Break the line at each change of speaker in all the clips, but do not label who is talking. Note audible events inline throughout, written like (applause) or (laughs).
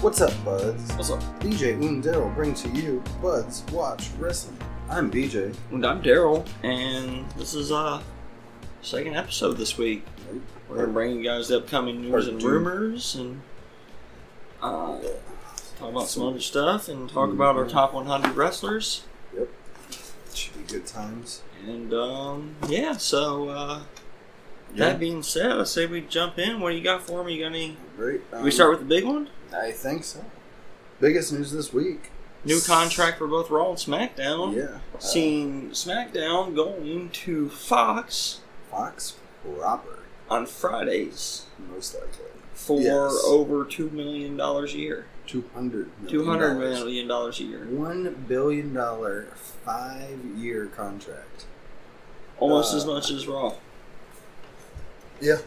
What's up, buds?
What's up?
BJ and Daryl bring to you Buds Watch Wrestling. I'm BJ.
And I'm Daryl, and this is uh second episode this week. We're gonna bring you guys the upcoming news
Part
and
two.
rumors, and uh, talk about some other stuff, and talk about
Mm-hmm.
our top 100 wrestlers,
Should be good times.
and um, yeah. So uh,
Yeah.
that being said, I say we jump in. What do you got for me? You got any?
Great. Um,
we start with the big one.
I think so. Biggest news this week.
New contract for both Raw and SmackDown.
Yeah. Uh,
Seeing SmackDown going to Fox
Uh, Fox proper,
on Fridays.
most likely.
for
Yes.
over two million dollars a year.
Two hundred.
Two hundred million dollars a year.
One billion dollar five year contract.
Almost
Uh,
as much as Raw.
Yeah.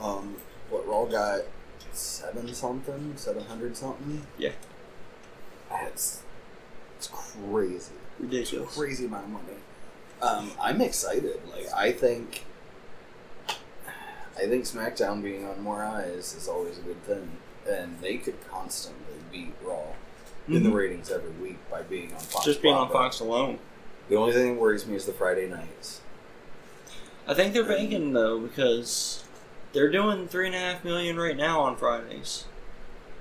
Um, what Raw got seven something, seven hundred something.
Yeah.
That's it's crazy,
Ridiculous.
crazy amount of money. Um, I'm excited. Like I think, I think SmackDown being on more eyes is always a good thing, and they could constantly beat Raw in the
Mhm.
ratings every week by being on Fox.
Just being on
proper.
Fox alone.
The only thing that worries me is the Friday nights.
I think they're banking though because they're doing three and a half million right now on Fridays.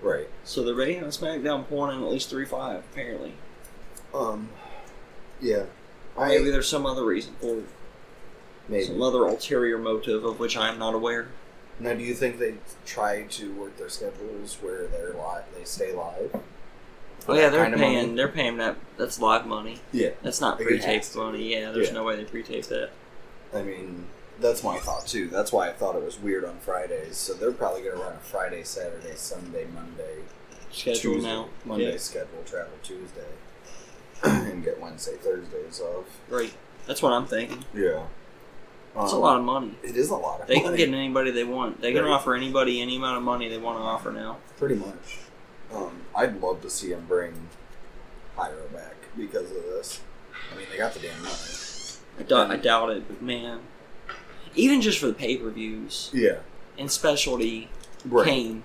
Right.
So they're banking on SmackDown pulling in at least three five apparently.
Um. Yeah.
Maybe there's some other reason for it.
maybe.
some other ulterior motive of which I am not aware.
Now, do you think they try to work their schedules where they're live, they stay live?
Oh yeah, they're
Kinda
paying.
money?
They're paying that. That's live money.
Yeah.
That's not
Like it has
pre-taped
to
money. Yeah, there's
Yeah.
no way they pre-tape that.
I mean, that's my thought too. That's why I thought it was weird on Fridays. So they're probably going to run a Friday, Saturday, Sunday, Monday,
Schedule
Tuesday,
now.
Monday
Yeah.
schedule, travel Tuesday, (clears throat) and get Wednesday, Thursdays off.
Right. That's what I'm thinking.
Yeah,
It's a
Um,
lot of money.
It is a lot of.
Um, They can
money,
get anybody they want. They can
Right.
offer anybody any amount of money they want to offer now.
pretty much. Um, I'd love to see them bring Pyro back because of this. I mean, they got the damn money.
I, dou- I doubt it, but man, even just for the pay per views
Yeah,
and specialty, Kane,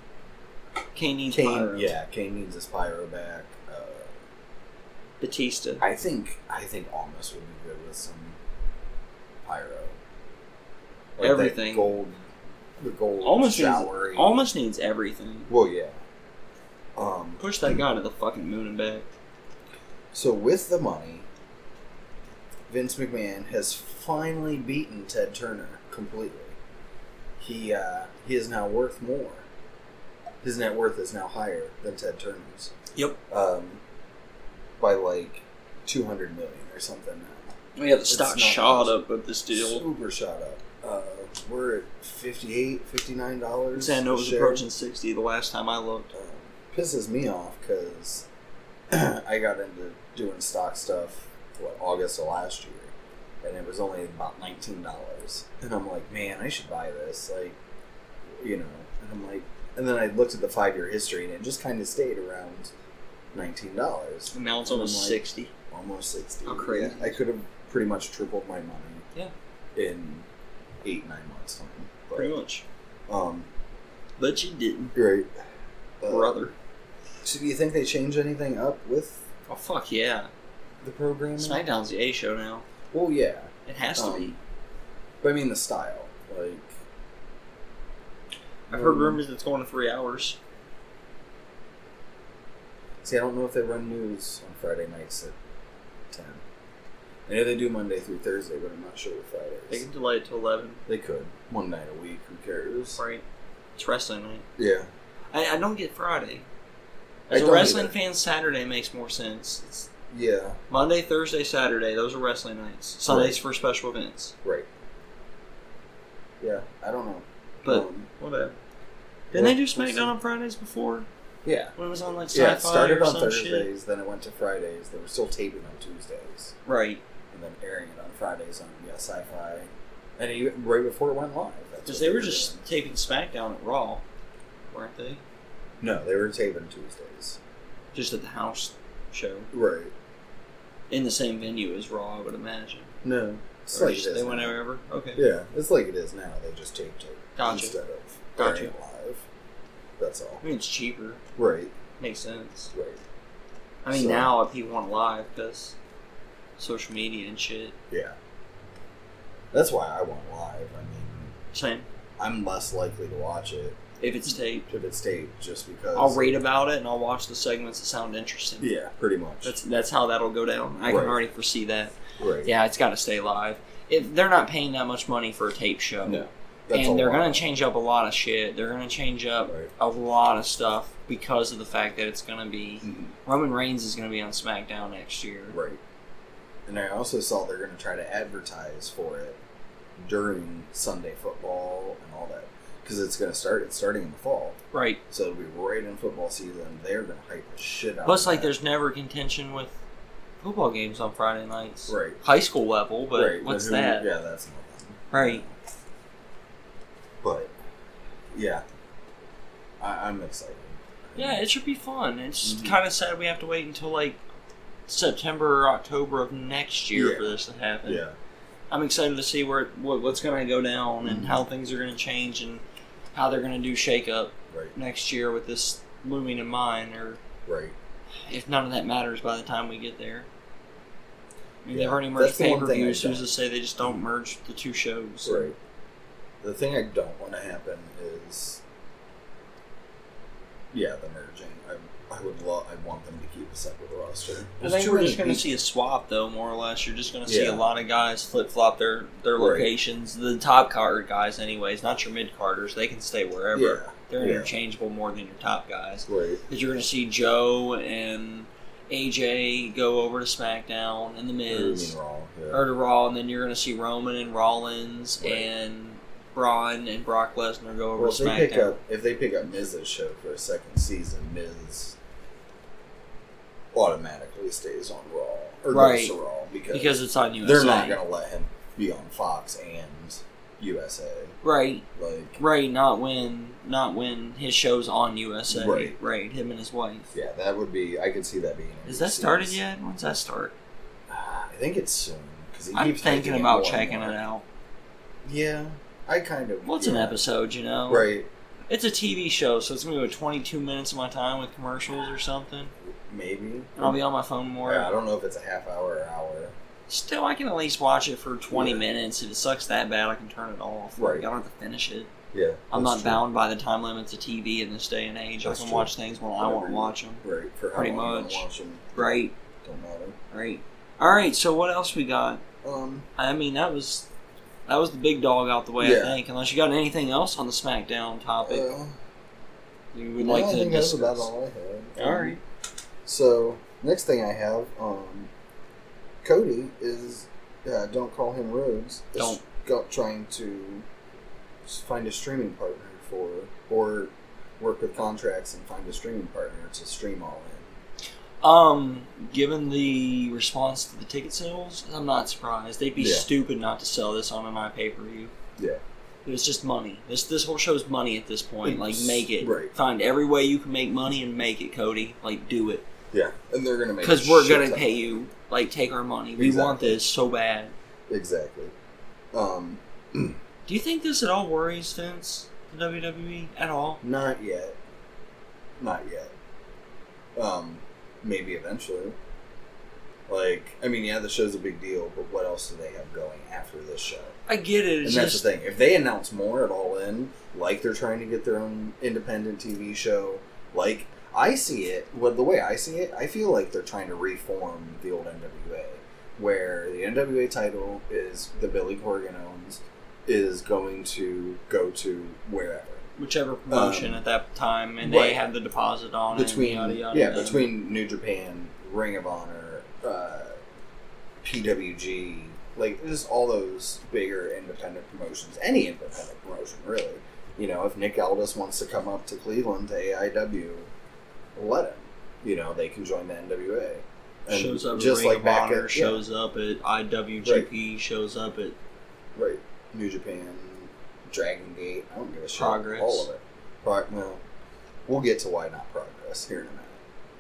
Kane needs
Kane,
Pyro.
yeah, Kane needs his pyro back. Uh,
Batista.
I think I think Almas would be good with some pyro. that
Everything.
gold, the gold
Almas needs
showery.
almost needs everything.
Well, yeah. Um.
Push that guy to the fucking moon and back.
So with the money, Vince McMahon has finally beaten Ted Turner completely. He uh, he is now worth more. His net worth is now higher than Ted Turner's.
Yep.
um, by like 200 million or something now.
We have the
It's
stock
not
shot
close.
up with this deal.
Super shot up. Uh, we're at 58 $59.
Saying it
a
was
share.
approaching sixty the last time I looked.
Um, pisses me off because (clears throat) I got into doing stock stuff, what, August of last year. And it was only about $19. And I'm like, man, I should buy this. Like, you know. And I'm like, and then I looked at the five year history and it just kind of stayed around $19.
And now it's
And I'm
almost
like-
sixty.
almost 60.
How crazy.
Yeah, I could have pretty much tripled my money.
Yeah.
In eight, nine months' time.
Pretty
But,
much.
um,
But you didn't,
great. Uh,
brother.
So do you think they change anything up with
Oh fuck yeah.
the programming?
SmackDown's the A show now.
Well, yeah.
It has to
Um,
be.
But I mean the style. Like,
I've heard
um,
rumors it's going to three hours.
see, I don't know if they run news on Friday nights at 10. I know they do Monday through Thursday, but I'm not sure with Fridays.
They can delay it to eleven,
They could. One night a week, who cares?
right? It's wrestling night.
Yeah.
I, I don't get Friday.
I
As a
don't
wrestling
either.
fan, Saturday makes more sense. It's
Yeah,
Monday, Thursday, Saturday, those are wrestling nights. Sundays for special events.
right. Yeah, I don't know.
But
Um,
whatever. Didn't they do
we'll see.
SmackDown on Fridays before?
yeah.
When it was on like sci-fi
Yeah, it started
or
on
some shit?
Thursdays, then it went to Fridays. They were still taping on Tuesdays,
Right.
and then airing it on Fridays on yeah, Sci-Fi, and even right before it went live. that's
Because
what
they were just
doing.
taping SmackDown at Raw, weren't they?
no, they were taping Tuesdays,
Just at the house show.
right?
In the same venue as Raw, I would imagine.
No, it's
Or
like
just-
it is
they went
now.
wherever? Okay.
Yeah, it's like it is now. They just taped it
Gotcha.
instead of
Gotcha.
airing it live. That's all.
I mean, it's cheaper.
Right.
Makes sense.
Right.
I mean,
So-
now if you want live, because social media and shit.
Yeah. That's why I want live. I mean,
Same.
I'm less likely to watch it
If it's taped,
if it's taped, just because.
I'll read about it and I'll watch the segments that sound interesting.
Yeah, pretty much.
That's that's how that'll go down. I
Right.
can already foresee that.
right.
Yeah, it's got to stay live. If they're not paying that much money for a tape show,
No. That's
and
a
they're
lot.
gonna change up a lot of shit. They're gonna change up
Right.
a lot of stuff because of the fact that it's gonna be
Mhm.
Roman Reigns is gonna be on SmackDown next year.
Right. And I also saw they're going to try to advertise for it during Sunday football and all that because it's going to start. It's starting in the fall,
Right.
so it'll be right in football season. They're going to hype the shit out.
Plus,
of
like,
that.
there's never contention with football games on Friday nights.
right,
High school level, but
right.
what's
who-
that?
Yeah, that's nothing.
Right.
But yeah, I, I'm excited.
Yeah, it should be fun. It's
Mhm.
kind of sad we have to wait until like September or October of next year
Yeah.
for this to happen.
yeah,
I'm excited to see where what, what's going to go down and
Mhm.
how things are going to change and how they're going to do shake up
right,
next year with this looming in mind, or
right.
if none of that matters by the time we get there. I mean,
Yeah,
they've already merged
that's the
pay
one
per
thing I
views. Who's
don't-
to say they just don't merge the two shows?
Right. The thing I don't want to happen is, yeah, the merging. I, I would love. I want them to keep a separate roster.
I
There's
think
too
we're
many
just going to
people-
see a swap, though, more or less. You're just going to see
Yeah.
a lot of guys flip flop their, their
Right.
locations. The top card guys, anyways, not your mid carders. They can stay wherever.
Yeah,
They're
yeah.
interchangeable more than your top guys.
right,
Because you're going to see Joe and AJ go over to SmackDown and The Miz
They're wrong. Yeah.
or to Raw, and then you're going to see Roman and Rollins
Right.
and Braun and Brock Lesnar go over
well, if
to
they pick
SmackDown.
up if they pick up Miz's show for a second season, Miz automatically stays on Raw or
Right.
goes to Raw because,
Because it's on USA.
they're not going to let him be on Fox and USA.
Right.
Like,
Right, not when not when his show's on USA.
Right.
right, him and his wife.
yeah, that would be. I could see that being.
Is that
overseas.
started yet? When's that start?
Ah, I think it's soon because
I'm thinking about checking it out.
Yeah, I kind of.
What's an
yeah.
episode, you know?
Right,
It's a TV show, so it's gonna be about 22 minutes of my time with commercials or something.
maybe.
And I'll be on my phone more.
Yeah, I don't know if it's a half hour or hour.
Still, I can at least watch it for 20
Yeah.
minutes. If it sucks that bad, I can turn it off.
Right.
Like, I don't have to finish it.
Yeah,
I'm
that's
not
true.
bound by the time limits of TV in this day and age.
That's
I can
true.
watch things when I want
Whatever
to
you-
watch them.
Right, for how
Pretty
long you
much.
wanna watch 'em.
Right,
Don't matter.
right. All right, so what else we got?
Um,
I mean, that was that was the big dog out the way. I
Yeah.
think, unless you got anything else on the SmackDown topic
uh,
you would
no,
like
I
to
think that's about
discuss.
all I had.
All right,
So next thing I have, um, Cody is uh, don't call him Rhodes. is
Don't.
Got trying to s- find a streaming partner for or work with contracts and find a streaming partner to stream all in.
um, given the response to the ticket sales, I'm not surprised. They'd be
Yeah.
stupid not to sell this on an iPay per view.
Yeah.
It's just money. This this whole show's money at this point. Like,
It's-
make it.
right.
Find every way you can make money and make it, Cody. Like, do it.
Yeah, and they're gonna make
Because
a
we're
shit
gonna
ton of
pay you. Like, take our money. We want
Exactly.
this so bad.
Exactly. Um,
Do you think this at all worries Vince, the WWE, at all?
not yet. Not yet. Um, maybe eventually. Like, I mean, yeah, the show's a big deal, but what else do they have going after this show?
I get it.
And
It's
that's
just
the thing. If they announce more at All In, like they're trying to get their own independent TV show, like I see it, well, the way I see it, I feel like they're trying to reform the old NWA, where the NWA title is the Billy Corgan owns, is going to go to wherever
whichever promotion
Um,
at that time, and they
right.
have the deposit on
between
it. and Yada, yada,
yeah
yada.
between New Japan, Ring of Honor, uh, PWG, like just all those bigger independent promotions, any independent promotion really. You know, if Nick Aldis wants to come up to Cleveland to AIW, let him. You know, they can join the NWA. And
shows up
just
at Ring
like
of
back
Honor,
at- yeah.
shows up at IWGP, shows up at
Right. New Japan, Dragon Gate. I don't give a shit.
Progress.
All of it. Pro- well, we'll get to why not progress here in a minute.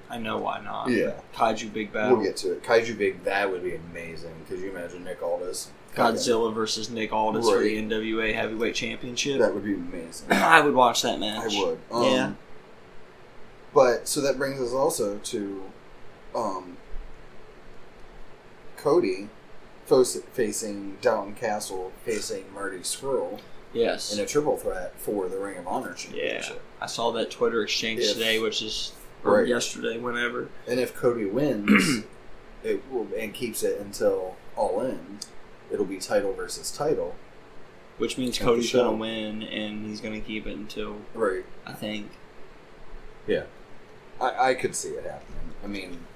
I know why not.
Yeah.
Kaiju Big Battle,
We'll get to it. Kaiju Big, that would be amazing. Could you imagine Nick Aldis?
Godzilla versus Nick Aldis for
Right.
the NWA (clears throat) Heavyweight Championship.
That would be amazing.
I would watch that
I
match.
would.
Yeah.
But so that brings us also to um, Cody fo- facing Dalton Castle facing Marty Skrull
Yes.
in a triple threat for the Ring of Honor championship.
I saw that Twitter exchange
If-
today, which is or
Right.
yesterday, whenever.
And if Cody wins, it will, and keeps it until All In, it'll be title versus title.
Which means
At the
Cody's
show.
gonna win, and he's gonna keep it until
Right.
I think.
I, I could see it happening. I mean,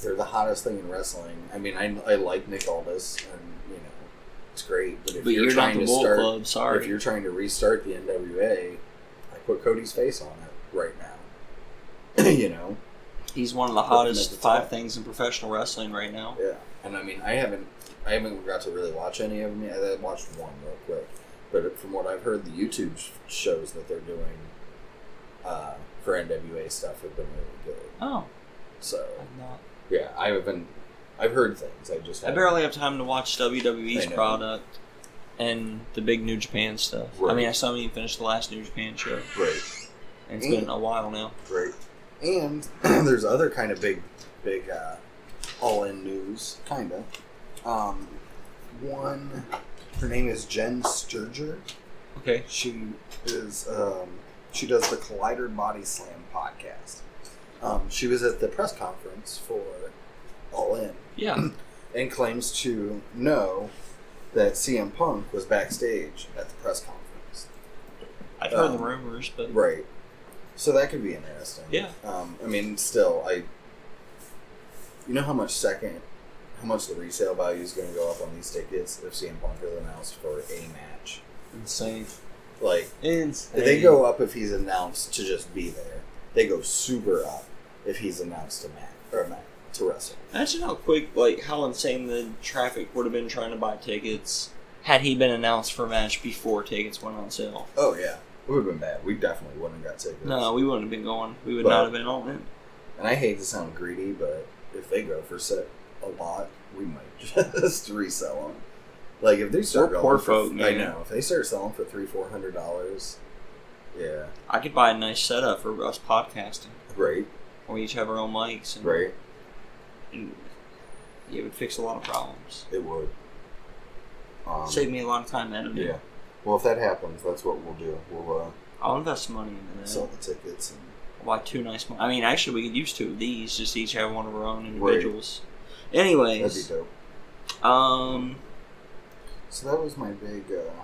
they're the hottest thing in wrestling. I mean, I, I like Nick Aldis, and you know, it's great. But if
But
you're,
you're, not
trying
the
to
Bullet
start,
Club. Sorry.
if you're trying to restart the NWA, I put Cody's face on it right now. (clears throat) you know,
He's one of the
Put him at
hottest
the
five
top.
things in professional wrestling right now.
yeah. And I mean, I haven't, I haven't got to really watch any of them. yet. I watched one real quick, but from what I've heard, the YouTube sh- shows that they're doing uh, for NWA stuff have been really good.
Oh,
So.
I'm not.
Yeah, I haven't. I've heard things. I just
I barely have time to watch WWE's
I know.
product and the big New Japan stuff. I
Right.
mean, I saw me finish the last New Japan show,
Great,
and it's
Mm.
been a while now.
great. And (clears throat) there's other kind of big, big uh, all-in news, kind of. Um, one, her name is Jen Sturger.
Okay.
She is. Um, she does the Collider Body Slam podcast. Um, she was at the press conference for All In Mm.
Yeah.
and claims to know that CM Punk was backstage at the press conference.
I've heard the
Um,
rumors, but
Right. So that could be interesting.
Yeah.
Um, I mean, still, I. You know how much second, how much the resale value is going to go up on these tickets if CM Punk is announced for a match?
insane.
Like
Insane.
they go up if he's announced to just be there. They go super up if he's announced to match or ma to wrestle.
Imagine how quick, like how insane the traffic would have been trying to buy tickets had he been announced for a match before tickets went on sale.
Oh yeah, it would have been bad. We definitely wouldn't have got tickets.
No, we wouldn't have been going. We would
But-
not have been on it.
And I hate to sound greedy, but if they go for set a lot, we might (laughs) just resell them. Like if they start
We're
going
poor
for,
folk, man.
I know if they start selling for three, four hundred dollars, yeah,
I could buy a nice setup for us podcasting.
great,
We each have our own mics, and,
great,
and it would fix a lot of problems.
it would. Um,
Save me a lot of time editing.
yeah. Well, if that happens, that's what we'll do. We'll uh,
I'll invest money into that.
sell the tics and
I'll buy two nice. mi- I mean, actually, we could use two of these. Just each have one of our own
Right.
individuals.
that'd be
Anyways,
dope.
um,
So that was my big, uh,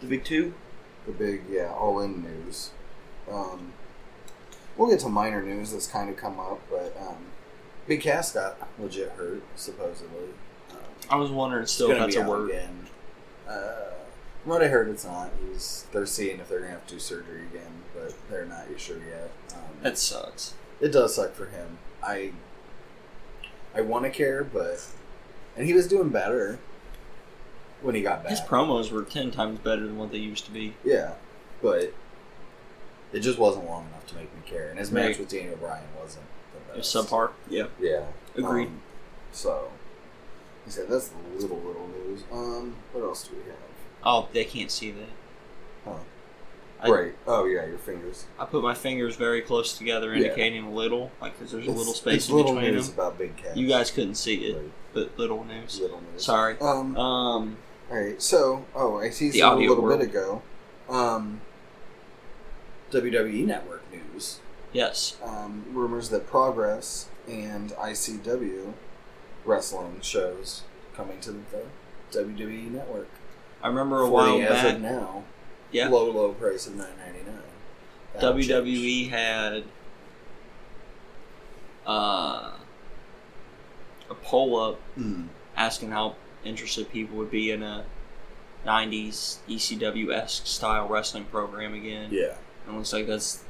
the big two.
the big yeah, all in news. Um, we'll get to minor news that's kind of come up, but um, Big Cass got legit hurt supposedly. Um,
I was wondering still
he's
if
gonna
that's
be
a
out
word.
Again. Uh, from what I heard, it's not. He's they're seeing if they're gonna have to do surgery again, but they're not sure yet. Um,
That sucks.
it does suck for him. I I want to care, but and he was doing better when he got back.
His promos were ten times better than what they used to be.
Yeah, but it just wasn't long enough to make me care. And his match
Right.
with Daniel Bryan wasn't the
It was
best.
subpar. Yeah,
Yeah,
agreed.
Um, so he said that's the little little news. Um, what else do we have?
oh, they can't see that.
Huh.
I-
right. Oh yeah, your fingers.
I put my fingers very close together,
Yeah.
indicating a little, like because there's a little
It's-
space
it's
in
little
between
news
them.
about big cats.
You guys couldn't see it,
Right,
but little news.
little news.
Sorry.
Um.
Um,
all right. So, oh, I see
The
some a
audio
little
world.
bit ago. Um. WWE Network news.
yes.
um, rumors that Progress and ICW wrestling shows coming to the WWE network.
I remember a while
Forty as
back.
of now,
Yeah.
low low price of nine ninety nine.
WWE E had uh, a poll up
Mm.
asking how interested people would be in a 90s ECW esque style wrestling program again.
Yeah,
And it looks like that's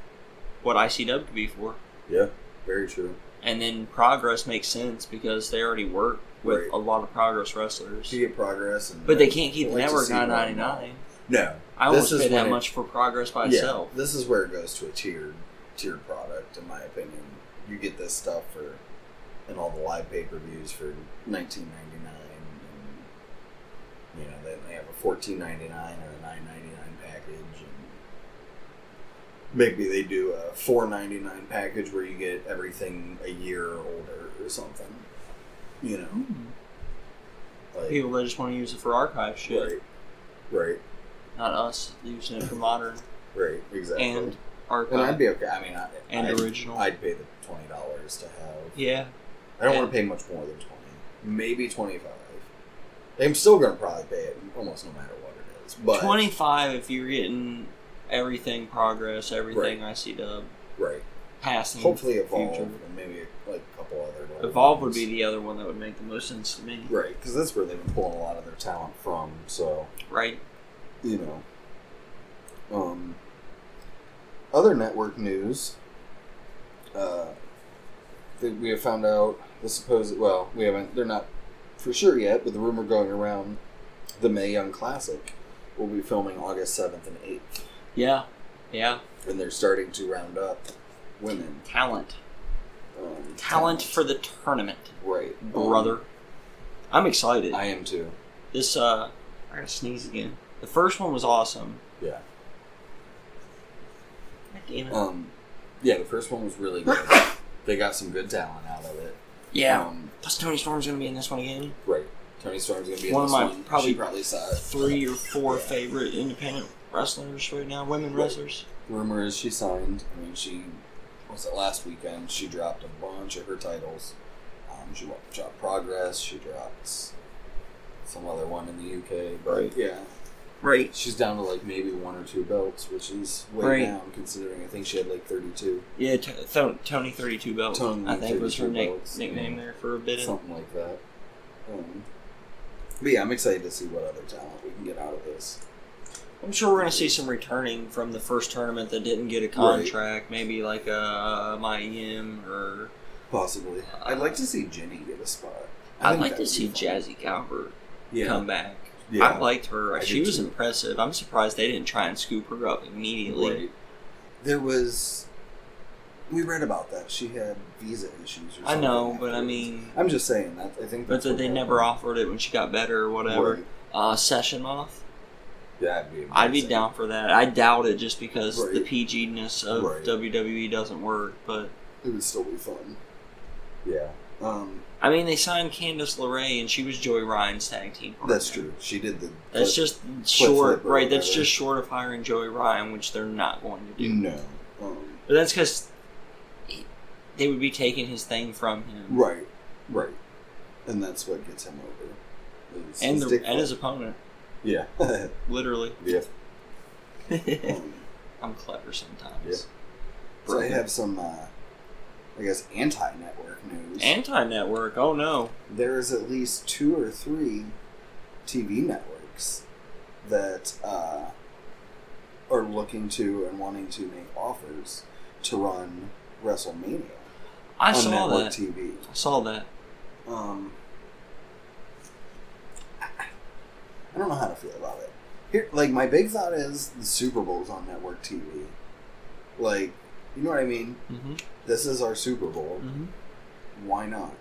what ICW could be for.
yeah, very true.
And then Progress makes sense because they already work with
Right.
a lot of Progress wrestlers.
To get Progress, and
But they can't keep the
Like to
network
see one.
999.
No,
I
This
almost
is
paid that
when it-
much for Progress by
yeah,
itself.
this is where it goes to a tiered tiered product, in my opinion. You get this stuff for and all the live pay per views for nineteen ninety nine, and you know then they have a fourteen ninety nine or a nine ninety nine package, and maybe they do a four ninety nine package where you get everything a year or older or something. You know, like
People that just want to use it for archive shit,
right, right,
not us using it for modern
right, exactly.
and
And I'd
archive
be okay. I mean, I,
and
I'd,
original.
I'd pay the twenty dollars to have.
yeah,
I don't
and-
want to pay much more than twenty, maybe twenty five. I'm still gonna probably pay it almost no matter what it is. But
twenty five if you're getting everything progress, everything IC Dub
right,
passing.
hopefully evolve
Future.
and maybe like a couple other. little
Evolve would
ones.
be the other one that would make the most sense to me,
right because that's where they've been pulling a lot of their talent from. So
right?
you know. Um, other network news. Uh, that we have found out the supposed well, we haven't. They're not for sure yet, but the rumor going around the May Young Classic will be filming August seventh and eighth,
Yeah, yeah.
and they're starting to round up women.
Talent,
Um,
talent for the tournament,
right, Um,
brother. I'm excited.
I am too.
This uh, I gotta sneeze again. The first one was awesome.
Yeah.
God damn it.
Um, yeah, the first one was really
(laughs)
good. they got some good talent out of it.
yeah.
Um,
Plus, Tony Storm's gonna be in this one again.
Right. Tony Storm's gonna be in
One of
this
my
one.
probably
she probably saw it.
Three or four
Yeah.
favorite independent wrestlers right now, women
Right.
wrestlers.
Rumor is she signed. I mean, she was it last weekend. She dropped a bunch of her titles. Um, she wa- dropped Progress. She dropped some other one in the UK. But
Right.
yeah,
Right.
she's down to like maybe one or two belts, which is way
Right.
down considering I think she had like thirty-two,
Yeah, t- th- Tony Thirty Two Belt.
Tony
I think was her
32
nick-
Belts,
nickname
yeah.
there for a bit.
something like that. Um, but yeah, I'm excited to see what other talent we can get out of this.
I'm sure we're gonna see some returning from the first tournament that didn't get a contract. Maybe like uh, my EM or
Possibly, I'd like to see Jenny get a spot. I
I'd
think
like
that
to
would
see
be fun.
Jazzy Calvert
yeah.
come back.
Yeah.
I liked her.
I
she
did
was
too.
impressive. I'm surprised they didn't try and scoop her up immediately.
Right. There was. We read about that. She had visa issues or something.
I know, but I
afterwards.
mean,
I'm just saying that. I think
but
that's
that
what
they
happened.
never offered it when she got better or whatever.
Right.
Uh, session off.
Yeah, I'd be,
I'd be
amazing.
down for that. I doubt it just because the
Right.
PG-ness of
Right.
WWE doesn't work. But
It would still be fun. Yeah. Um,
I mean, they signed Candice LeRae, and she was Joey Ryan's tag team. partner.
that's true. She did the.
That's just short,
flip or
right? That's
whatever. Mm.
just short of hiring Joey Ryan, which they're not going to do.
No. Um,
But that's because they would be taking his thing from him
right. Right. And that's what gets him over. is
and
his
the,
dick
and his opponent, (laughs)
Yeah. (laughs)
literally.
yeah. Um,
I'm clever sometimes.
Yeah. so I have some, uh, I guess, anti network news.
Anti network. Oh no.
there is at least two or three TV networks that uh, are looking to and wanting to make offers to run WrestleMania
I
on
saw
network
that.
TV.
I saw that.
Um, I don't know how to feel about it. Here, like my big thought is the Super Bowl's on network TV. Like, you know what I mean?
Mm-hmm.
This is our Super Bowl.
Mm-hmm.
Why not?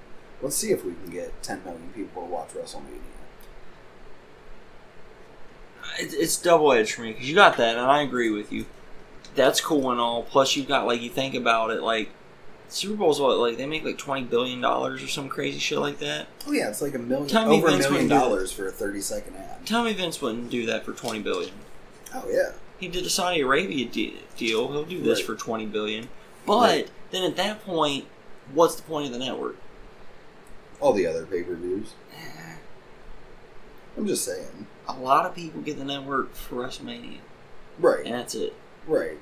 Let's see if we can get 10 million people to watch WrestleMania.
It's, it's double edged for me because you got that, and I agree with you. That's cool and all. Plus, you got like you think about it, like Super Bowl's what like they make like twenty billion dollars or some crazy shit like that.
Oh yeah, it's like a million
Tell me
over a
Vince
million
wouldn't do that.
dollars for a thirty second ad.
Tell me Vince wouldn't do that for twenty billion.
Oh yeah,
He did a Saudi Arabia de- deal. He'll do this
Right.
for twenty billion. But
Right.
then at that point, what's the point of the network?
all the other pay per views. I'm just saying,
A lot of people get the network for WrestleMania,
right,
and that's it.
right.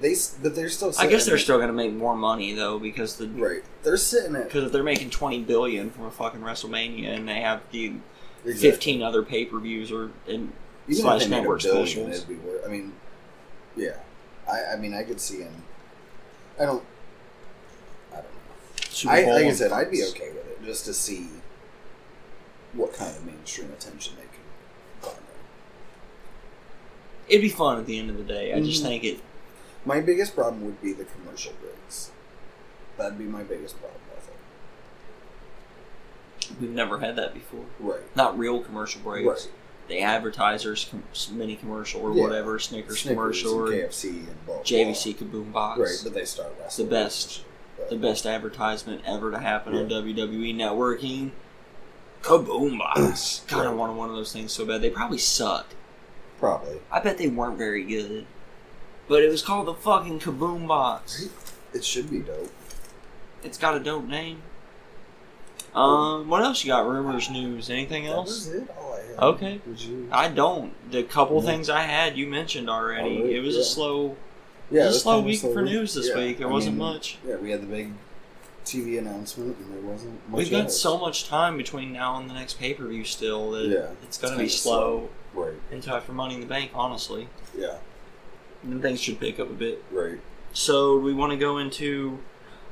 They s- but they're still.
I
Sitting
guess they're
at-
still going to make more money though, because the
right. They're sitting at
because if they're making twenty billion from a fucking WrestleMania and they have the
Exactly.
fifteen other pay per views or and
Even
slash
if they made
network
a billion,
specials.
It'd be worth, I mean, yeah. I I mean I could see him. I don't. I don't know.
Super
I,
Bowl
like I
and-
said, I'd be okay with it just to see what kind of mainstream attention they can garner.
It'd be fun at the end of the day. I just
Mhm.
think it.
My biggest problem would be the commercial breaks. That'd be my biggest problem with it.
We've never had that before.
Right.
Not real commercial breaks.
Right.
the advertisers com- mini commercial or
Yeah.
whatever Snickers,
Snickers
commercial
and
or
KFC and blah, blah,
JVC Kaboom
blah.
Box.
Right, but they start wrestling.
best.
and shit, but-
the best advertisement ever to happen on
Yeah.
WWE networking.
(clears throat)
Kaboom box. God, I
Right.
wanted one of those things so bad. They probably sucked.
Probably.
I bet they weren't very good. But it was called the fucking Kaboom box.
It should be dope.
It's got a dope name. Um, what else you got? Rumors, news, anything else?
That was it. All I had.
Okay.
Did you?
I don't. The couple
No.
things I had you mentioned already.
Alright,
it was
Oh, yeah.
a slow,
yeah,
it was a
that's
slow
kinda
week
slow
for news this
Yeah,
week. There
I
wasn't
mean,
much.
Yeah, we had the big TV announcement, and there wasn't much.
We've got
else.
so much time between now and the next pay per view still that
Yeah.
it's gonna
It's
be
kinda
slow.
Right.
until after Money in the Bank, honestly.
Yeah.
And things should pick up a bit.
Right.
So we want to go into.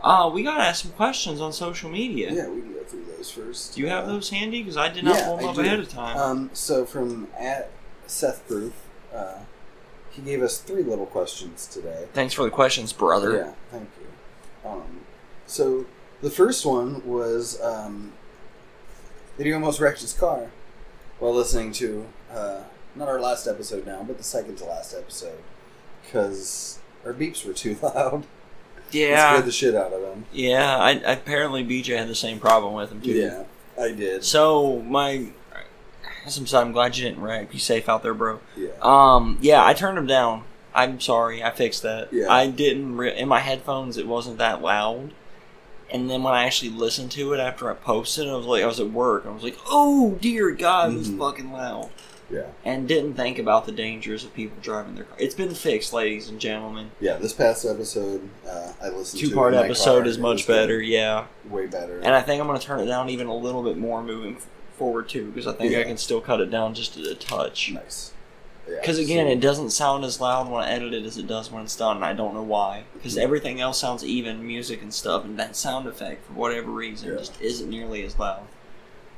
Uh, we gotta ask some questions on social media.
Yeah. we can go through those first.
Do you have
Uh,
those handy? Because I did not
yeah,
pull them
I
up
do.
ahead of time.
Um, so from at Seth Proof, uh, he gave us three little questions today.
Thanks for the questions, brother.
Yeah, thank you. Um, so the first one was um, that he almost wrecked his car while listening to uh, not our last episode now, but the second to last episode because our beeps were too (laughs) loud. it
Yeah,
scared the shit out of him.
yeah. I, apparently BJ had the same problem with him too.
Yeah, I did.
So my, I'm sorry. I'm glad you didn't wreck. You safe out there, bro.
Yeah,
Um, yeah, I turned him down. I'm sorry, I fixed that.
Yeah.
I didn't re- in my headphones. It wasn't that loud. And then when I actually listened to it after I posted, I was like, I was at work. I was like, oh dear God, it was
Mhm.
fucking loud.
yeah,
And didn't think about the dangers of people driving their car. It's been fixed, ladies and gentlemen.
yeah. This past episode, uh, I listened to
Two part
in my
episode
car,
is
it
much
was
better, yeah.
way better.
And I think I'm gonna turn it down even a little bit more moving f- forward too, because I think I
Yeah.
can still cut it down just a touch.
nice. Yeah,
Because again,
so-
it doesn't sound as loud when I edit it as it does when it's done, and I don't know why. Because everything else sounds even, music and stuff, and that sound effect, for whatever reason,
Yeah.
just isn't nearly as loud.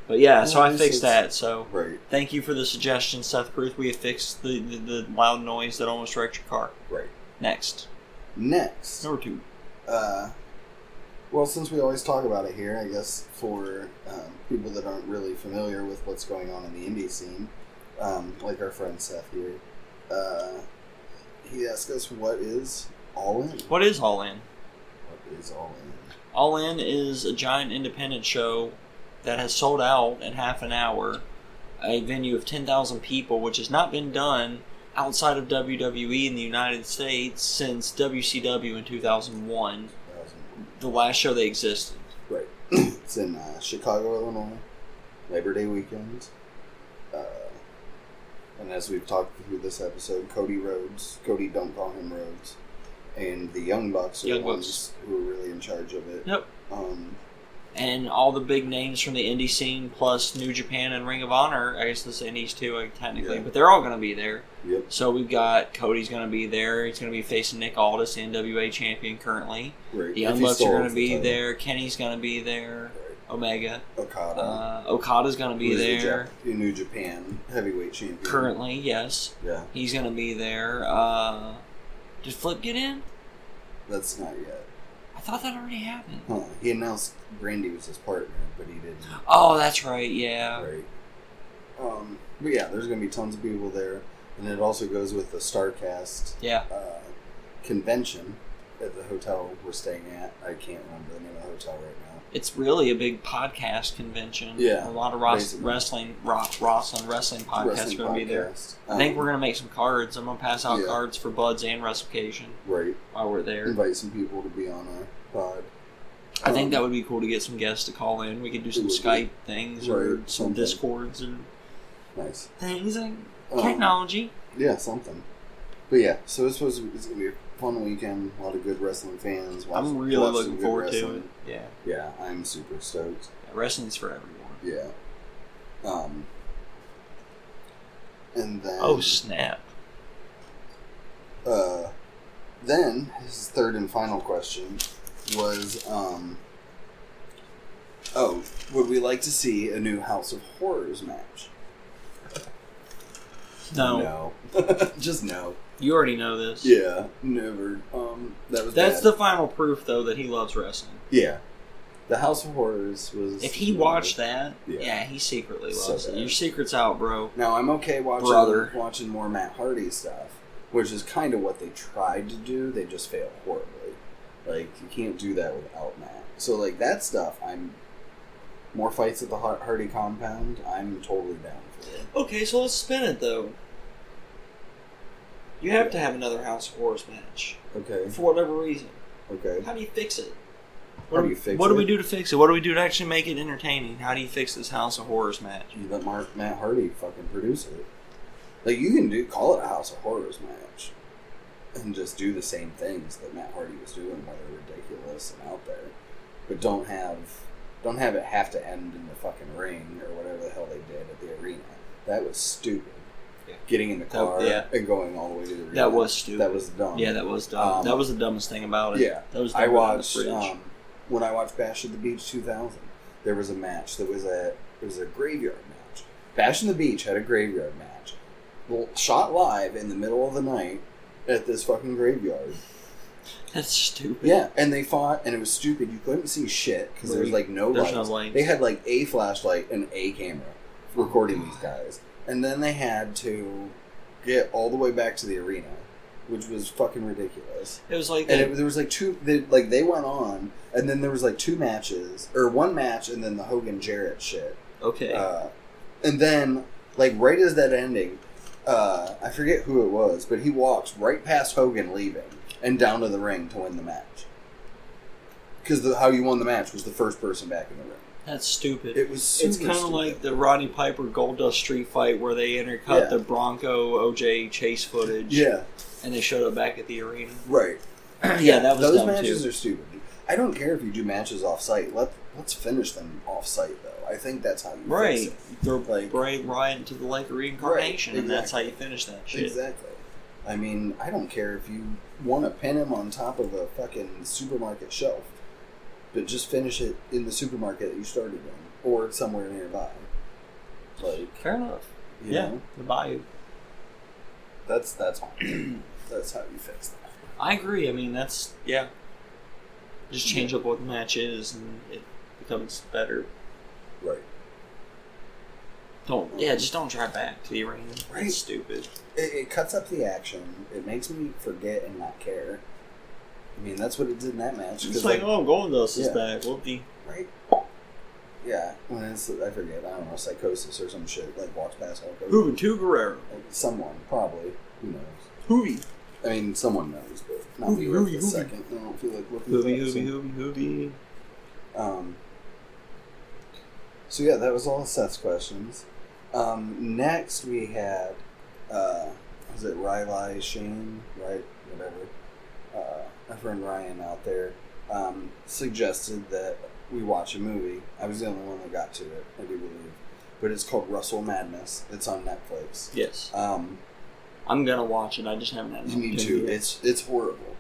But yeah, so
Well,
I
this
fixed
is-
that. So
right,
thank you for the suggestion, Seth Proof. We have fixed the, the, the loud noise that almost wrecked your car.
right.
Next.
Next,
Number two.
uh, well, since we always talk about it here, I guess for um, people that aren't really familiar with what's going on in the indie scene, um, like our friend Seth here, uh, he asked us, "What is All In?
What is All In?
What is All In?"
All In is a giant independent show that has sold out in half an hour, a venue of 10,000 people, which has not been done outside of WWE in the United States since WCW in 2001, the last show they existed.
It's in uh, Chicago, Illinois, Labor Day weekend, uh, and as we've talked through this episode, Cody Rhodes, Cody, don't call him Rhodes, and the Young Bucks are
Young
the ones who are really in charge of it.
Yep.
Um,
And all the big names from the indie scene, plus New Japan and Ring of Honor, I guess this indies too, like, technically,
Yeah.
but they're all going to be there.
yep.
So we've got Cody's going to be there. He's going to be facing Nick Aldis, the NWA champion currently.
Right.
The
If
Young
he
Bucks are
still
going
holds
to
the
be
title.
there. Kenny's going to be there.
Right.
Omega.
Okada.
Uh, Okada's going to be
who's the
there.
Jap- the New Japan heavyweight champion.
Currently, yes.
Yeah,
He's going to be there. Uh, did Flip get in?
that's not yet.
I thought that already happened.
Huh. He announced Brandy was his partner, but he didn't.
Oh, that's right, yeah.
Right. Um, but yeah, there's going to be tons of people there. And it also goes with the StarCast
Yeah.
uh, convention at the hotel we're staying at. I can't remember the name of the hotel right now.
It's really a big podcast convention.
Yeah,
A lot of Ross,
basically.
wrestling, Ross, Ross and wrestling podcasts are
Wrestling
going to be there.
podcast.
I think
Um,
we're going to make some cards. I'm going to pass out
yeah.
cards for Buds and Wrestlecation
Right.
while we're there.
Invite some people to be on our pod.
I think
Um,
that would be cool to get some guests to call in. We could do some
would be.
Skype things or
Right,
some
something.
Discords and
Nice.
things like
Um,
technology.
Yeah, something. But yeah, so it's supposed to be, it's gonna be a fun weekend. A lot of good wrestling fans. Watch,
I'm really
watch some
looking
good
forward to it.
wrestling.
Yeah.
Yeah, I'm super stoked.
Wrestling's for everyone.
Yeah. Um. And then
Oh snap!
uh, then his third and final question was um. Oh, would we like to see a new House of Horrors match?
No,
No. (laughs) Just no.
you already know this.
Yeah, never. Um, that was
That's
bad.
the final proof, though, that he loves wrestling.
yeah. The House of Horrors was.
If he watched that, yeah,
Yeah.
he secretly
So
loves it.
bad.
Your secret's out, bro.
Now I'm okay watching
Brother.
watching more Matt Hardy stuff, which is kind of what they tried to do. They just failed horribly. Like you can't do that without Matt. So like that stuff, I'm more fights at the Har- Hardy compound. I'm totally down for it.
Okay, so let's spin it though. You have to have another House of Horrors match
Okay.
for whatever reason.
Okay.
How do you fix it?
How do you fix
what do we
it?
do to fix it? What do we do to actually make it entertaining? How do you fix this House of Horrors match?
You let Mark Matt Hardy fucking produce it. Like you can do call it a House of Horrors match, and just do the same things that Matt Hardy was doing, whether ridiculous and out there, but don't have don't have it have to end in the fucking ring or whatever the hell they did at the arena. That was stupid.
Yeah. Oh,
Getting in the car
yeah.
and going all the way to the arena.
That was stupid.
that was dumb.
yeah, that was dumb.
Um,
that was the dumbest thing about it.
yeah.
that was.
I
dumber than the
watched
fridge.
um, when I watched Bash at the Beach 2000. There was a match that was a it was a graveyard match. Bash in the Beach had a graveyard match, well, shot live in the middle of the night at this fucking graveyard.
(laughs) That's stupid.
Yeah, and they fought, and it was stupid. You couldn't see shit because there was like no
There's
lights.
no lights.
They had like a flashlight and a camera recording these guys, and then they had to get all the way back to the arena, which was fucking ridiculous
It was like
and
that-
it, there was like two they, like they went on and then there was like two matches or one match and then the hogan jarrett shit
okay.
uh, and then like right as that ending uh, i forget who it was but he walks right past hogan leaving and down to the ring to win the match because how you won the match was the first person back in the ring
That's stupid.
it was super
it's kind of
stupid.
like the Roddy Piper Goldust Street fight where they intercut
Yeah.
the Bronco OJ chase footage.
yeah
and they showed up back at the arena.
(clears throat) right
yeah, that was
those
dumb
matches
too.
are stupid i don't care if you do matches off site let, let's finish them off site though i think that's how you fix
right,
it.
throw
Like-
Bray Ryan into the lake of reincarnation,
Right,
and that's how
exactly.
you finish that shit.
Exactly. I mean, I don't care if you want to pin him on top of a fucking supermarket shelf, but just finish it in the supermarket that you started in or somewhere nearby. Like, you
Fair enough. yeah,
know,
the Bayou.
that's that's (clears throat) that's how you fix that.
I agree. I mean, that's yeah. Just change up what the match is, and it becomes better.
Right.
Don't yeah, just don't drive back to the arena.
Right.
That's stupid.
It, it cuts up the action. It makes me forget and not care. I mean, that's what it did in that match. 'cause,
It's like, oh, Goldust is
Yeah.
back. Whoopty.
right? Yeah, when it's I forget, I don't know, psychosis or some shit. Like walks past Hulk Hogan.
Juventud Guerrero.
Like, someone probably who knows.
Hoovy.
I mean, someone knows, but not
Hoovy,
me right
hoovy,
this
hoovy.
second. I don't feel like looking
Hoovy,
it up, so-
hoovy, hoovy, hoovy.
Um, so yeah, that was all Seth's questions. Um, next we had, uh, was it Riley Shane, right? Whatever. Uh, our friend Ryan out there um, suggested that we watch a movie. I was the only one that got to it, I do believe. But it's called Russell Madness. It's on Netflix.
Yes.
Um,
I'm gonna watch it. I just haven't had
You need to.
opportunity yet.
It's it's horrible.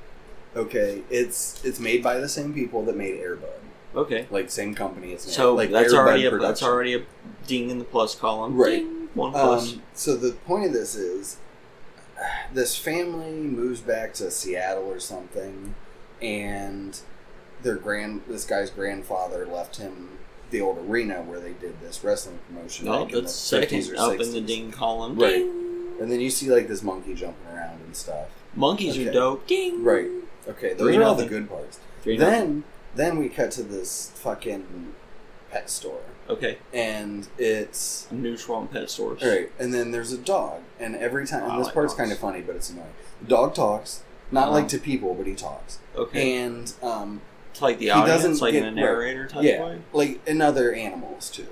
Okay, it's it's made by the same people that made Airbud,
Okay.
like same company. It's made-
So
like
that's
Air
already
Bud
a, that's
Production.
already a ding in the plus column.
Right.
Ding, one plus.
Um, so the point of this is, this family moves back to Seattle or something, and their grand this guy's grandfather left him the old arena where they did this wrestling promotion.
no,
back in the
that's
50s
second
or
up in the
60s.
ding column.
Right.
Ding.
And then you see like this monkey jumping around and stuff.
Monkeys are
Okay.
dope. Ding.
Right. Okay, those
Three
are all the
nothing.
good parts.
Three nothing.
Then, then we cut to this fucking pet store,
okay,
and it's
I'm neutral on pet stores.
all right. And then there's a dog, and every time
I
and this
like
part's
dogs.
kind of funny, but it's annoying. The dog talks, not
Oh, Uh-huh.
like to people, but he talks,
Okay,
and um,
it's like the
he
audience,
doesn't
like in
get-
a narrator type
yeah.
way.
like and other animals too.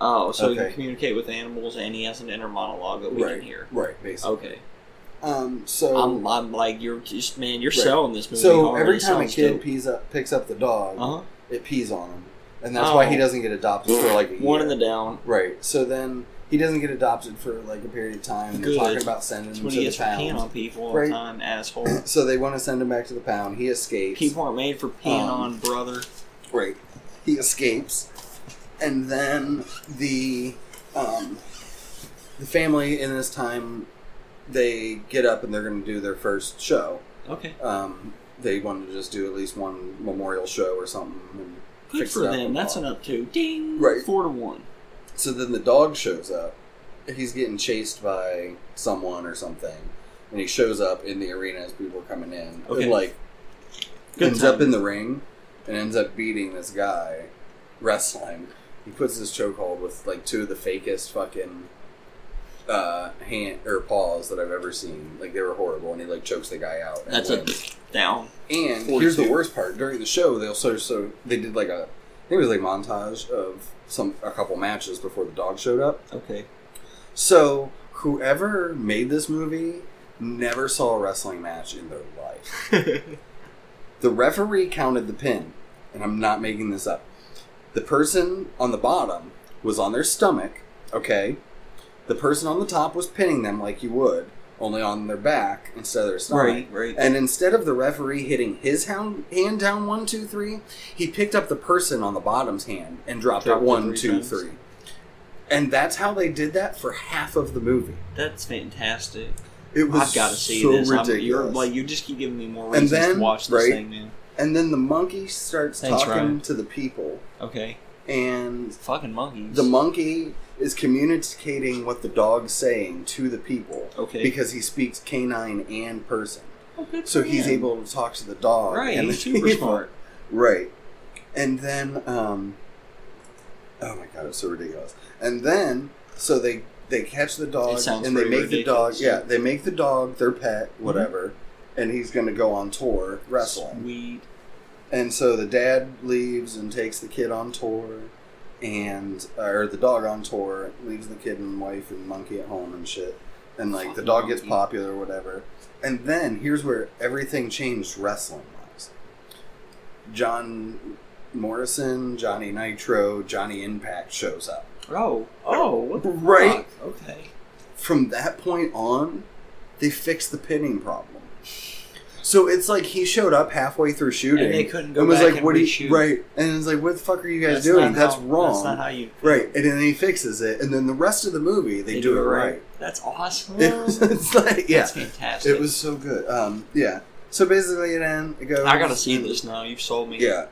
Oh, so you can
Okay.
communicate with animals, and he has an inner monologue that we
Right.
can hear. Oh.
Right, basically.
Okay,
Um, so
I'm, I'm like you're just man, you're
Right.
selling this movie.
so
hard.
every
It
time a
sounds
kid
dope.
pees up, picks up the dog,
uh-huh.
it pees on him, and that's why
Oh.
he doesn't get adopted for like a
one
year.
in the down.
Right. So then he doesn't get adopted for like a period of time. They're
Good.
talking about sending
That's
him
when
to
he
the
gets for peeing on
pound.
people all
Right.
the time, asshole.
(coughs) So they want to send him back to the pound. He escapes.
People aren't made for peeing
Um,
on, brother.
Right. He escapes, and then the um, the family in this time they get up and they're going to do their first show.
Okay.
Um, they wanted to just do at least one memorial show or something. And
Good
fix
for
it up
them.
and
That's
all.
an up two. Ding.
Right.
Four to one.
So then the dog shows up. He's getting chased by someone or something, and he shows up in the arena as people are coming in.
Okay.
And, like
Good
ends
time.
up in the ring and ends up beating this guy, wrestling. He puts his chokehold with like two of the fakest fucking uh, hand or paws that I've ever seen. Like they were horrible, and he like chokes the guy out. and
That's a
wins.
down.
And
Four
here's the
two.
worst part. During the show, they also so they did like a I think it was like montage of some a couple matches before the dog showed up. (laughs)
Okay.
So whoever made this movie never saw a wrestling match in their life. The referee counted the pin, and I'm not making this up. The person on the bottom was on their stomach. Okay. The person on the top was pinning them like you would, only on their back instead of their stomach.
right. Right.
And instead of the referee hitting his hound, hand down one, two, three, he picked up the person on the bottom's hand and dropped
Dropped
it
it
one,
three
two, three.
times.
And that's how they did that for half of the movie.
That's fantastic.
It was
I've got to see
so
this. I'm-
ridiculous.
you're, like you just keep giving me more
And
reasons
then,
to watch this
right-
thing, man.
and then the monkey starts
Thanks,
talking
Ryan.
to the people,
Okay.
and
Fucking monkeys.
the monkey is communicating what the dog's saying to the people
Okay.
because he speaks canine and person.
Oh, good
So
for
he's
him.
able to talk to the dog.
Right.
and
He's
the
super
people.
smart.
Right. And then um Oh my god, it's so ridiculous. And then so they they catch the
It
dog
sounds
and they
pretty
make the dog
ridiculous, Mm-hmm.
yeah,
yeah.
they make the dog their pet, whatever, and he's gonna go on tour wrestling.
Sweet.
And so the dad leaves and takes the kid on tour and or the dog on tour, leaves the kid and wife and monkey at home and shit. And like the
Fucking
dog gets
monkey.
popular or whatever. And then here's where everything changed wrestling wise. John Morrison, Johnny Nitro, Johnny Impact shows up.
Oh. Oh. What the
Right.
fuck? Okay.
From that point on, they fixed the pinning problem. So it's like he showed up halfway through shooting.
And they couldn't go
and was
back
like,
and
"What
reshoot."
are you right?" And it was like, "What the fuck are you guys
That's
doing?
not
That's
how-
wrong."
That's not how you.
right?" And then he fixes it, and then the rest of the movie they, do, it right. (laughs)
That's awesome.
It was, it's like, yeah,
That's fantastic.
it was so good. Um, yeah. So basically, it end it goes.
I gotta see
and-
this now. You've sold me.
Yeah,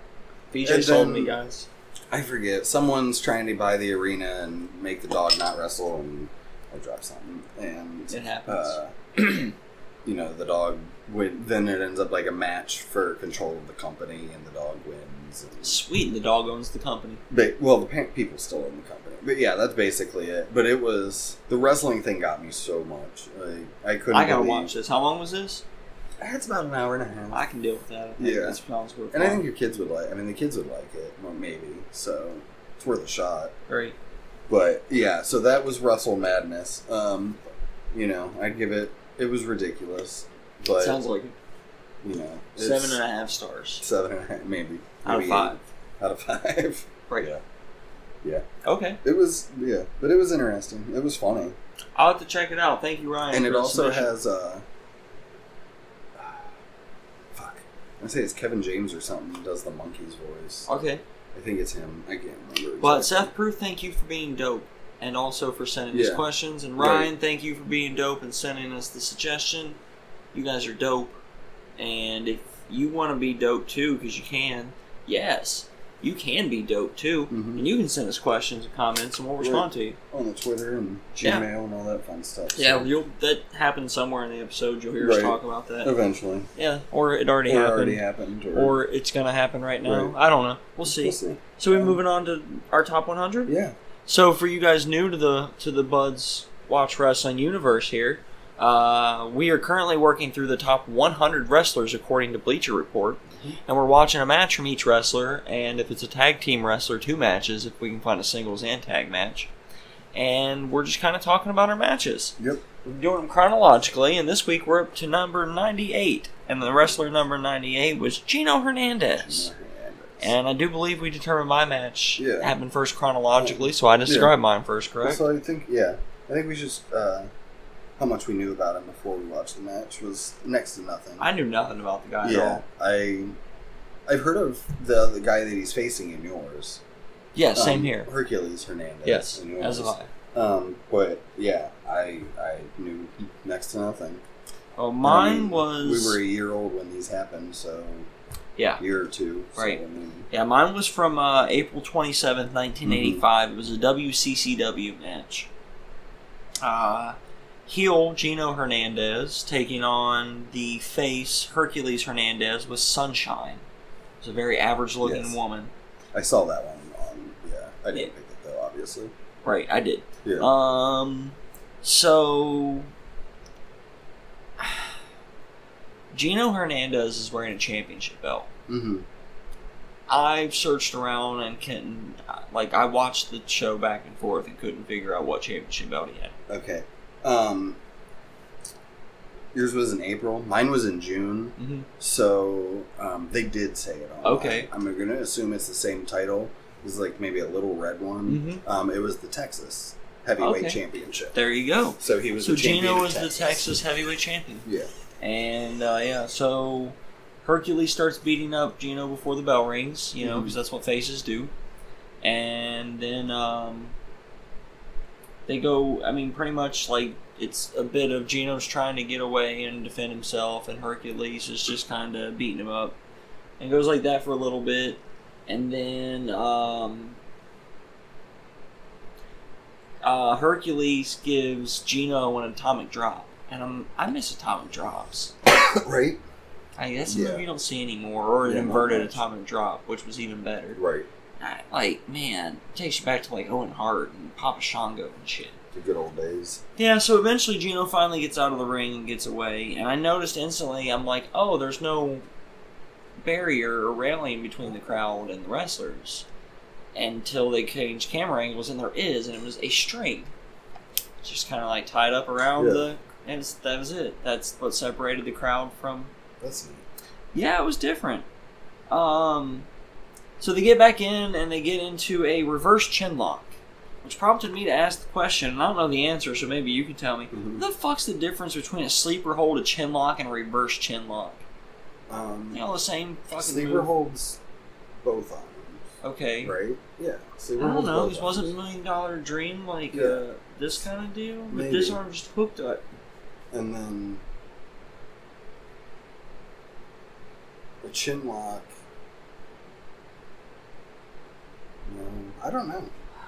BJ
And
sold
then-
me, guys.
I forget. Someone's trying to buy the arena and make the dog not wrestle, and I drop something, and
It happens.
uh, (clears throat) you know the dog. Win. Then it ends up like a match for control of the company, and the dog wins. And,
Sweet. and The dog owns the company.
but, well, the pa- people still own the company, but yeah, that's basically it. But it was the wrestling thing got me so much. I, I couldn't.
I gotta
believe-
watch this. How long was this?
It's about an hour and a half.
I can deal with that. I think.
Yeah.
That sounds worth
And I think your kids would like. I mean, the kids would like it, well, maybe. So it's worth a shot.
Great.
But yeah, so that was Russell Madness. Um, you know, I'd give it. It was ridiculous, but
Sounds like it.
you know, it's
seven and a half stars.
seven and a half, maybe
Out of
maybe
five.
eight. out of five. (laughs)
Right.
Yeah.
Okay.
It was yeah, but it was interesting. It was funny,
I'll have to check it out. Thank you, Ryan.
and
for
it
the
also
submission.
has uh, fuck. I say it's Kevin James or something who does the monkey's voice.
Okay.
I think it's him. I can't remember.
But
exactly.
Seth Proof, thank you for being dope. And also for sending us
Yeah.
questions. And
Right.
Ryan, thank you for being dope and sending us the suggestion. You guys are dope. And if you want to be dope too, because you can, yes, you can be dope too.
Mhm.
And you can send us questions and comments, and we'll respond to you.
on the Twitter and Gmail
Yeah.
and all that fun stuff. so-
Yeah, you'll, that happens somewhere in the episode. You'll hear us
Right.
talk about that.
Eventually,
Yeah, or it already
or
happened.
already happened, or,
Or it's going to happen right now. I don't know. We'll see.
We'll see.
So we're moving on to our top 100?
Yeah.
So for you guys new to the to the Buds Watch Wrestling universe here, uh, we are currently working through the top 100 wrestlers according to Bleacher Report, and we're watching a match from each wrestler, and if it's a tag team wrestler, two matches if we can find a singles and tag match, and we're just kind of talking about our matches.
Yep.
We're doing them chronologically, and this week we're up to number 98, and the wrestler number 98 was Gino Hernandez. And I do believe we determined my match
Yeah.
happened first chronologically, so I described mine first, correct?
so I think yeah, I think we just uh, how much we knew about him before we watched the match was next to nothing.
I knew nothing about the guy at
yeah,
all.
I I've heard of the the guy that he's facing in yours.
Yeah, same
Um,
here.
Hercules Hernandez.
Yes,
in yours.
as have I.
Um, but yeah, I I knew next to nothing.
Oh, mine
I mean,
was
We were a year old when these happened, so
Yeah.
year or two. So,
Right.
I mean,
Yeah, mine was from uh, April
Mm-hmm.
27th, 1985. It was a WCCW match. Uh, heel Gino Hernandez taking on the face Hercules Hernandez with Sunshine. It was a very average looking
Yes.
woman.
I saw that one on. Yeah, I didn't
Yeah.
pick it though, obviously.
Right, I did.
Yeah.
Um, so Gino Hernandez is wearing a championship belt.
mm-hmm.
I've searched around and couldn't, like, I watched the show back and forth and couldn't figure out what championship belt he had.
Okay. Um, yours was in April. Mine was in June.
Mm-hmm.
So um, they did say it on.
Okay.
I'm gonna assume it's the same title. It's like maybe a little red one.
Mm-hmm.
Um, it was the Texas Heavyweight
Okay.
Championship.
There you go.
So he was.
So
the champion
Gino
of
was the Texas heavyweight champion.
Yeah.
And, uh, yeah, so Hercules starts beating up Gino before the bell rings, you know, because that's what faces do. And then, um, they go, I mean, pretty much like it's a bit of Gino's trying to get away and defend himself, and Hercules is just kind of beating him up. And it goes like that for a little bit. And then um, uh, Hercules gives Gino an atomic drop. And I'm, I miss atomic drops.
(laughs) right.
I that's
Yeah.
something you don't see anymore, or an
Yeah, not
inverted
much.
atomic drop, which was even better.
Right.
I- Like, man, it takes you back to like Owen Hart and Papa Shango and shit.
The good old days.
Yeah, so eventually Gino finally gets out of the ring and gets away, and I noticed instantly, I'm like, oh, there's no barrier or railing between the crowd and the wrestlers until they change camera angles, and there is, and it was a string. It's just kind of like tied up around
Yeah.
the. And it's, that was it. That's what separated the crowd from
That's neat.
yeah, it was different. Um, so they get back in and they get into a reverse chin lock, which prompted me to ask the question. And I don't know the answer, so maybe you can tell me.
Mhm.
What the fuck's the difference between a sleeper hold, a chin lock, and a reverse chin lock?
Um,
You know, the same fucking
Sleeper
move.
holds both arms.
Okay.
Right. Yeah.
I
Sleeper
don't
holds
know.
both
This
arms.
wasn't Million Dollar Dream like
Yeah.
uh, this kind of deal. But this
Maybe.
arm just hooked up.
And then the chin lock. No, I don't know.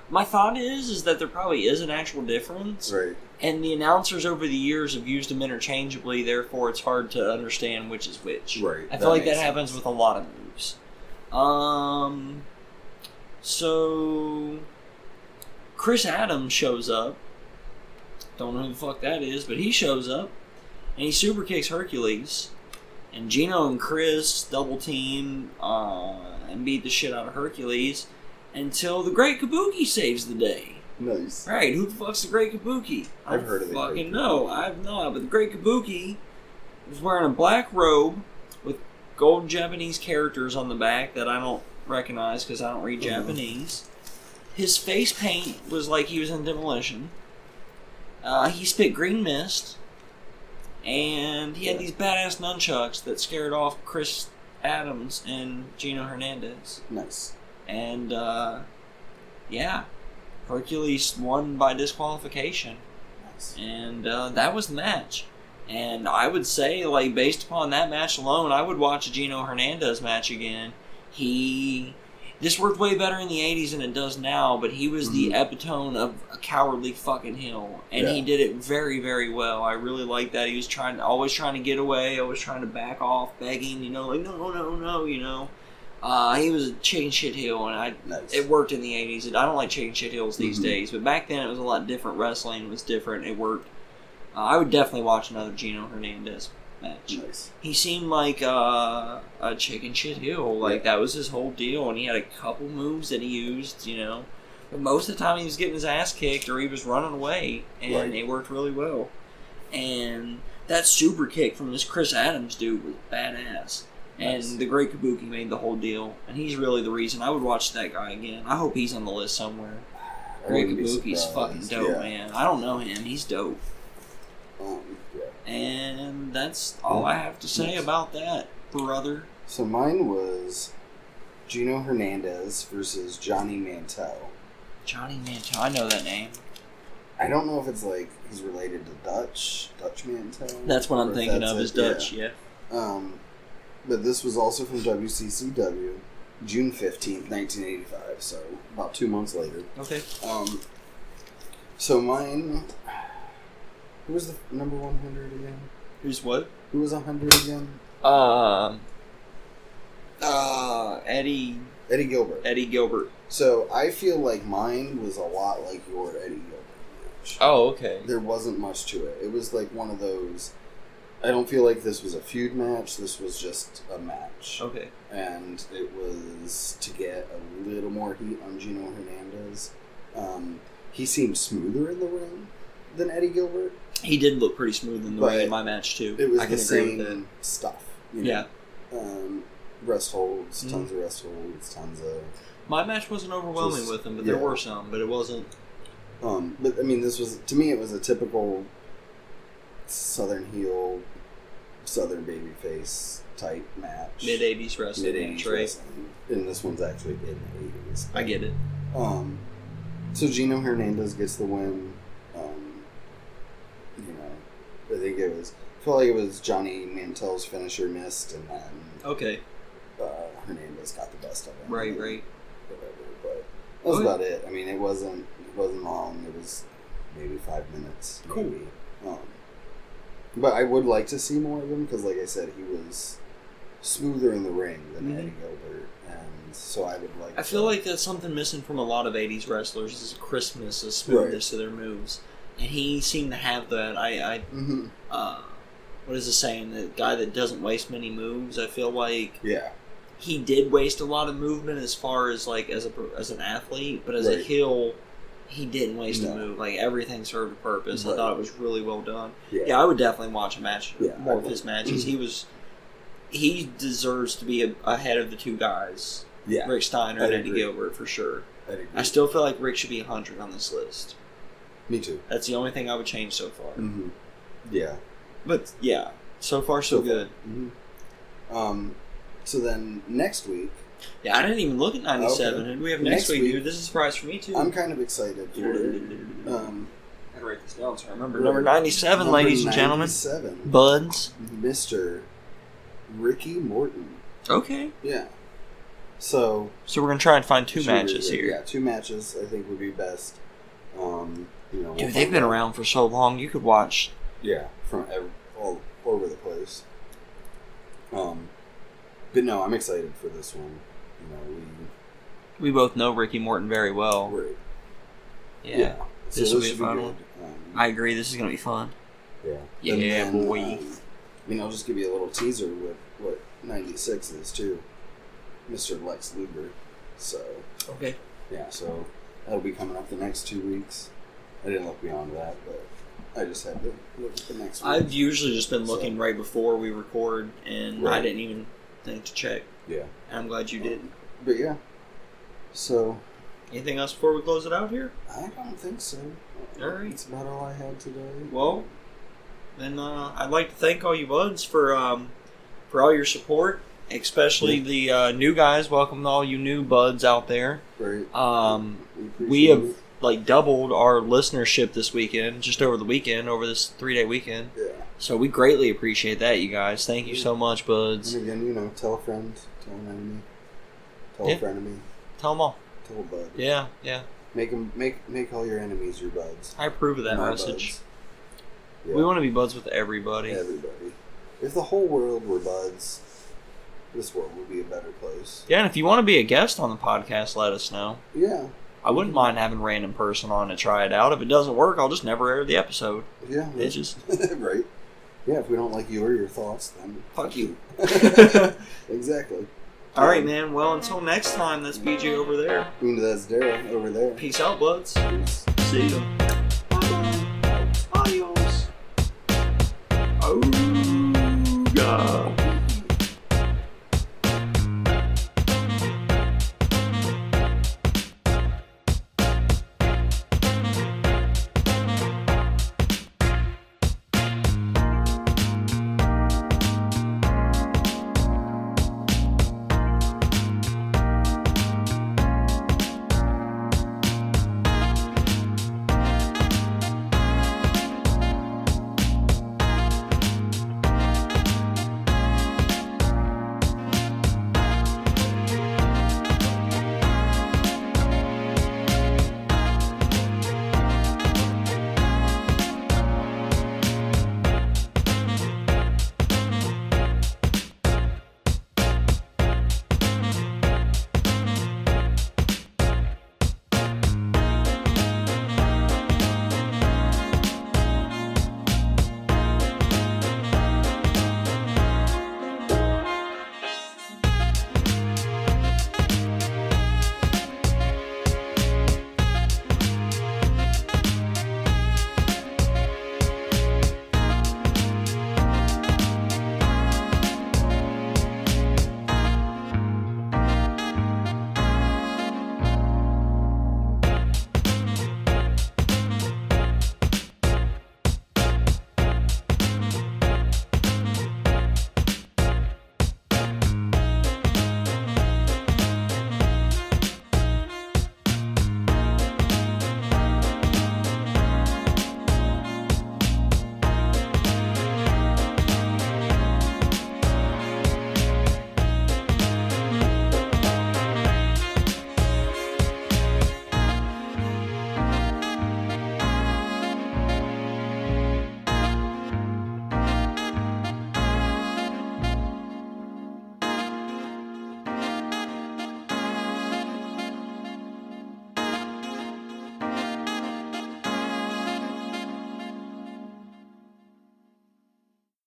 My thought is, is that there probably is an actual difference.
Right.
and the announcers over the years have used them interchangeably therefore it's hard to understand which is which
Right.
i feel like that
makes
happens with a lot of moves um so chris adams shows up don't know who the fuck that is but he shows up and he super kicks hercules and gino and chris double team uh, and beat the shit out of hercules until the great kabuki saves the day
Nice.
Right, who the fuck's the Great Kabuki?
I've heard of the Great
Fucking
Kabuki.
no, I've not. But the Great Kabuki was wearing a black robe with gold Japanese characters on the back that I don't recognize because I don't read
Mhm.
Japanese. His face paint was like he was in demolition. Uh, he spit green mist, and he had
Yeah.
these badass nunchucks that scared off Chris Adams and Gino Hernandez.
Nice.
And uh, yeah, Hercules won by disqualification,
Nice.
and uh, that was the match. And I would say, like based upon that match alone, I would watch a Gino Hernandez match again. He this worked way better in the '80s than it does now, but he was the epitome of a cowardly fucking heel, and he
Yeah.
did it very, very well. I really like that. He was trying, always trying to get away, always trying to back off, begging, you know, like no, no, no, you know. Uh, he was a chicken shit heel, and I
Nice.
it worked in the 80s. It- I don't like chicken shit heels these
Mhm.
days, but back then it was a lot different. Wrestling was different. It worked. Uh, I would definitely watch another Gino Hernandez match.
nice.
He seemed like uh, a chicken shit heel. Like, that was his whole deal, and he had a couple moves that he used, you know. But most of the time he was getting his ass kicked or he was running away, and
Right.
it worked really well. And that super kick from this Chris Adams dude was badass.
Nice.
And the great Kabuki made the whole deal, and he's really the reason I would watch that guy again. I hope he's on the list somewhere.
I
Great
wouldn't be
Kabuki's fucking
surprised.
dope,
yeah.
man. I don't know him; he's dope,
Um, yeah.
and that's all I have to say
Nice.
about that, brother.
So mine was Gino Hernandez versus Johnny Mantell.
Johnny Mantel, I know that name.
I don't know if it's like he's related to Dutch, Dutch Mantell.
That's what
or
I'm
if
thinking
that's
of
it,
is
yeah.
Dutch. Yeah.
Um, But this was also from WCCW, June 15th, 1985, so about two months later.
Okay.
Um, so mine. Who was the number 100 again?
Who's what?
Who was 100 again?
Uh, uh, Eddie
Eddie Gilbert.
Eddie Gilbert.
So I feel like mine was a lot like your Eddie Gilbert match.
Oh, okay.
There wasn't much to it. It was like one of those. I don't feel like this was a feud match. This was just a match.
Okay.
and it was to get a little more heat on Gino Hernandez. Um, he seemed smoother in the ring than Eddie Gilbert.
He did look pretty smooth in the ring
But
in my match too.
It was
I
the
can agree
same
with that.
stuff. you know?
Yeah, Mm-hmm.
Um, rest holds, tons of rest holds, tons of.
my match wasn't overwhelming
Just-
with him, but there
yeah.
were some, but it wasn't.
Um, but I mean, this was to me, it was a typical Southern heel, Southern babyface type match.
mid eighties wrestling
Mid
match,
80s
right?
wrestling. And this one's actually in the 80s.
I get it.
Um, so Gino Hernandez gets the win. Um, you know, I think it was. I feel like it was Johnny Mantell's finisher missed, and then
Okay,
uh, Hernandez got the best of it.
right, right.
Whatever, but that was
Okay.
about it. I mean, it wasn't it wasn't long. It was maybe five minutes.
Cool.
Maybe. Um, but I would like to see more of him because, like I said, he was smoother in the ring than
Mhm.
Eddie Gilbert, and so I would like.
I
to-
feel like that's something missing from a lot of '80s wrestlers is crispness, the smoothness of their moves, and he seemed to have that. I,
Mhm.
I uh, what is the saying? The guy that doesn't waste many moves. I feel like
Yeah.
he did waste a lot of movement as far as like as a as an athlete, but as a
Right.
heel, he didn't waste a
No.
move. Like everything served a purpose. I
Right.
thought it was really well done. Yeah, I would definitely watch a match.
Yeah,
more
I
of
would.
his matches. He was he deserves to be a, ahead of the two guys,
Yeah,
Rick Steiner
I'd
and Eddie
agree.
Gilbert for sure.
I agree.
I still feel like Rick should be hundred on this list.
Me too.
That's the only thing I would change so far.
Mm-hmm. Yeah.
But yeah, so far so,
So far.
good.
hmm Um, so then next week,
Yeah, I didn't even look at ninety seven.
Okay.
Who do we have next,
Next
week,
week-
dude? This is a surprise for me too.
I'm kind of excited for it. Um,
I gotta write this down so I remember.
Right.
Number 97,
number
ladies and gentlemen.
97,
Buds.
Mr. Ricky Morton.
Okay.
Yeah. So
So we're gonna try and find two
should we-
matches here.
Yeah, two matches I think would be best. Um, you know, we'll
Dude, they've
find
been
out.
around for so long. You could watch.
Yeah, from ev- all over the place. Um, but no, I'm excited for this one. You know, we
We both know Ricky Morton very well.
Right.
Oh, Yeah.
So
This will
those
be a
should
fun
good.
one.
Um,
I agree. This is gonna be fun.
yeah.
Yeah,
And then,
boy.
um, I mean, I'll just give you a little teaser with what 96 is, too. Mr. Lex Luger. So,
Okay.
yeah, so that'll be coming up the next two weeks. I didn't look beyond that, but I just had to look at the next one.
I've usually just been looking right before we record, and I
Right.
didn't even think to check.
Yeah.
And I'm glad you did.
But yeah. So,
Anything else before we close it out here?
I don't think so.
All right.
That's about all I had today.
Well, then uh, I'd like to thank all you buds for um, for all your support, especially the uh, new guys. Welcome to all you new buds out there.
Right.
Um,
appreciate
we have
it.
like doubled our listenership this weekend, just over the weekend, over this three day weekend.
Yeah.
So we greatly appreciate that, you guys. Thank you so much, buds.
And again, you know, tell a friend, tell an enemy, tell
Yeah.
a frenemy,
Tell them all.
tell a bud.
Yeah, yeah.
Make 'em- make make all your enemies your buds.
I approve of that
My
message.
buds. Yeah.
We want to be buds with everybody.
everybody. If the whole world were buds, this world would be a better place.
Yeah, and if you want to be a guest on the podcast, let us know.
Yeah,
I wouldn't mind having random person on to try it out. If it doesn't work, I'll just never air the episode.
yeah,
Bitches.
(laughs) right. Yeah, if we don't like you or your thoughts, then
Fuck you.
(laughs) exactly.
All right, man. Well, until next time, that's BJ over there.
Boom to that's Dara over there.
Peace out, buds.
Peace.
See ya. Oh,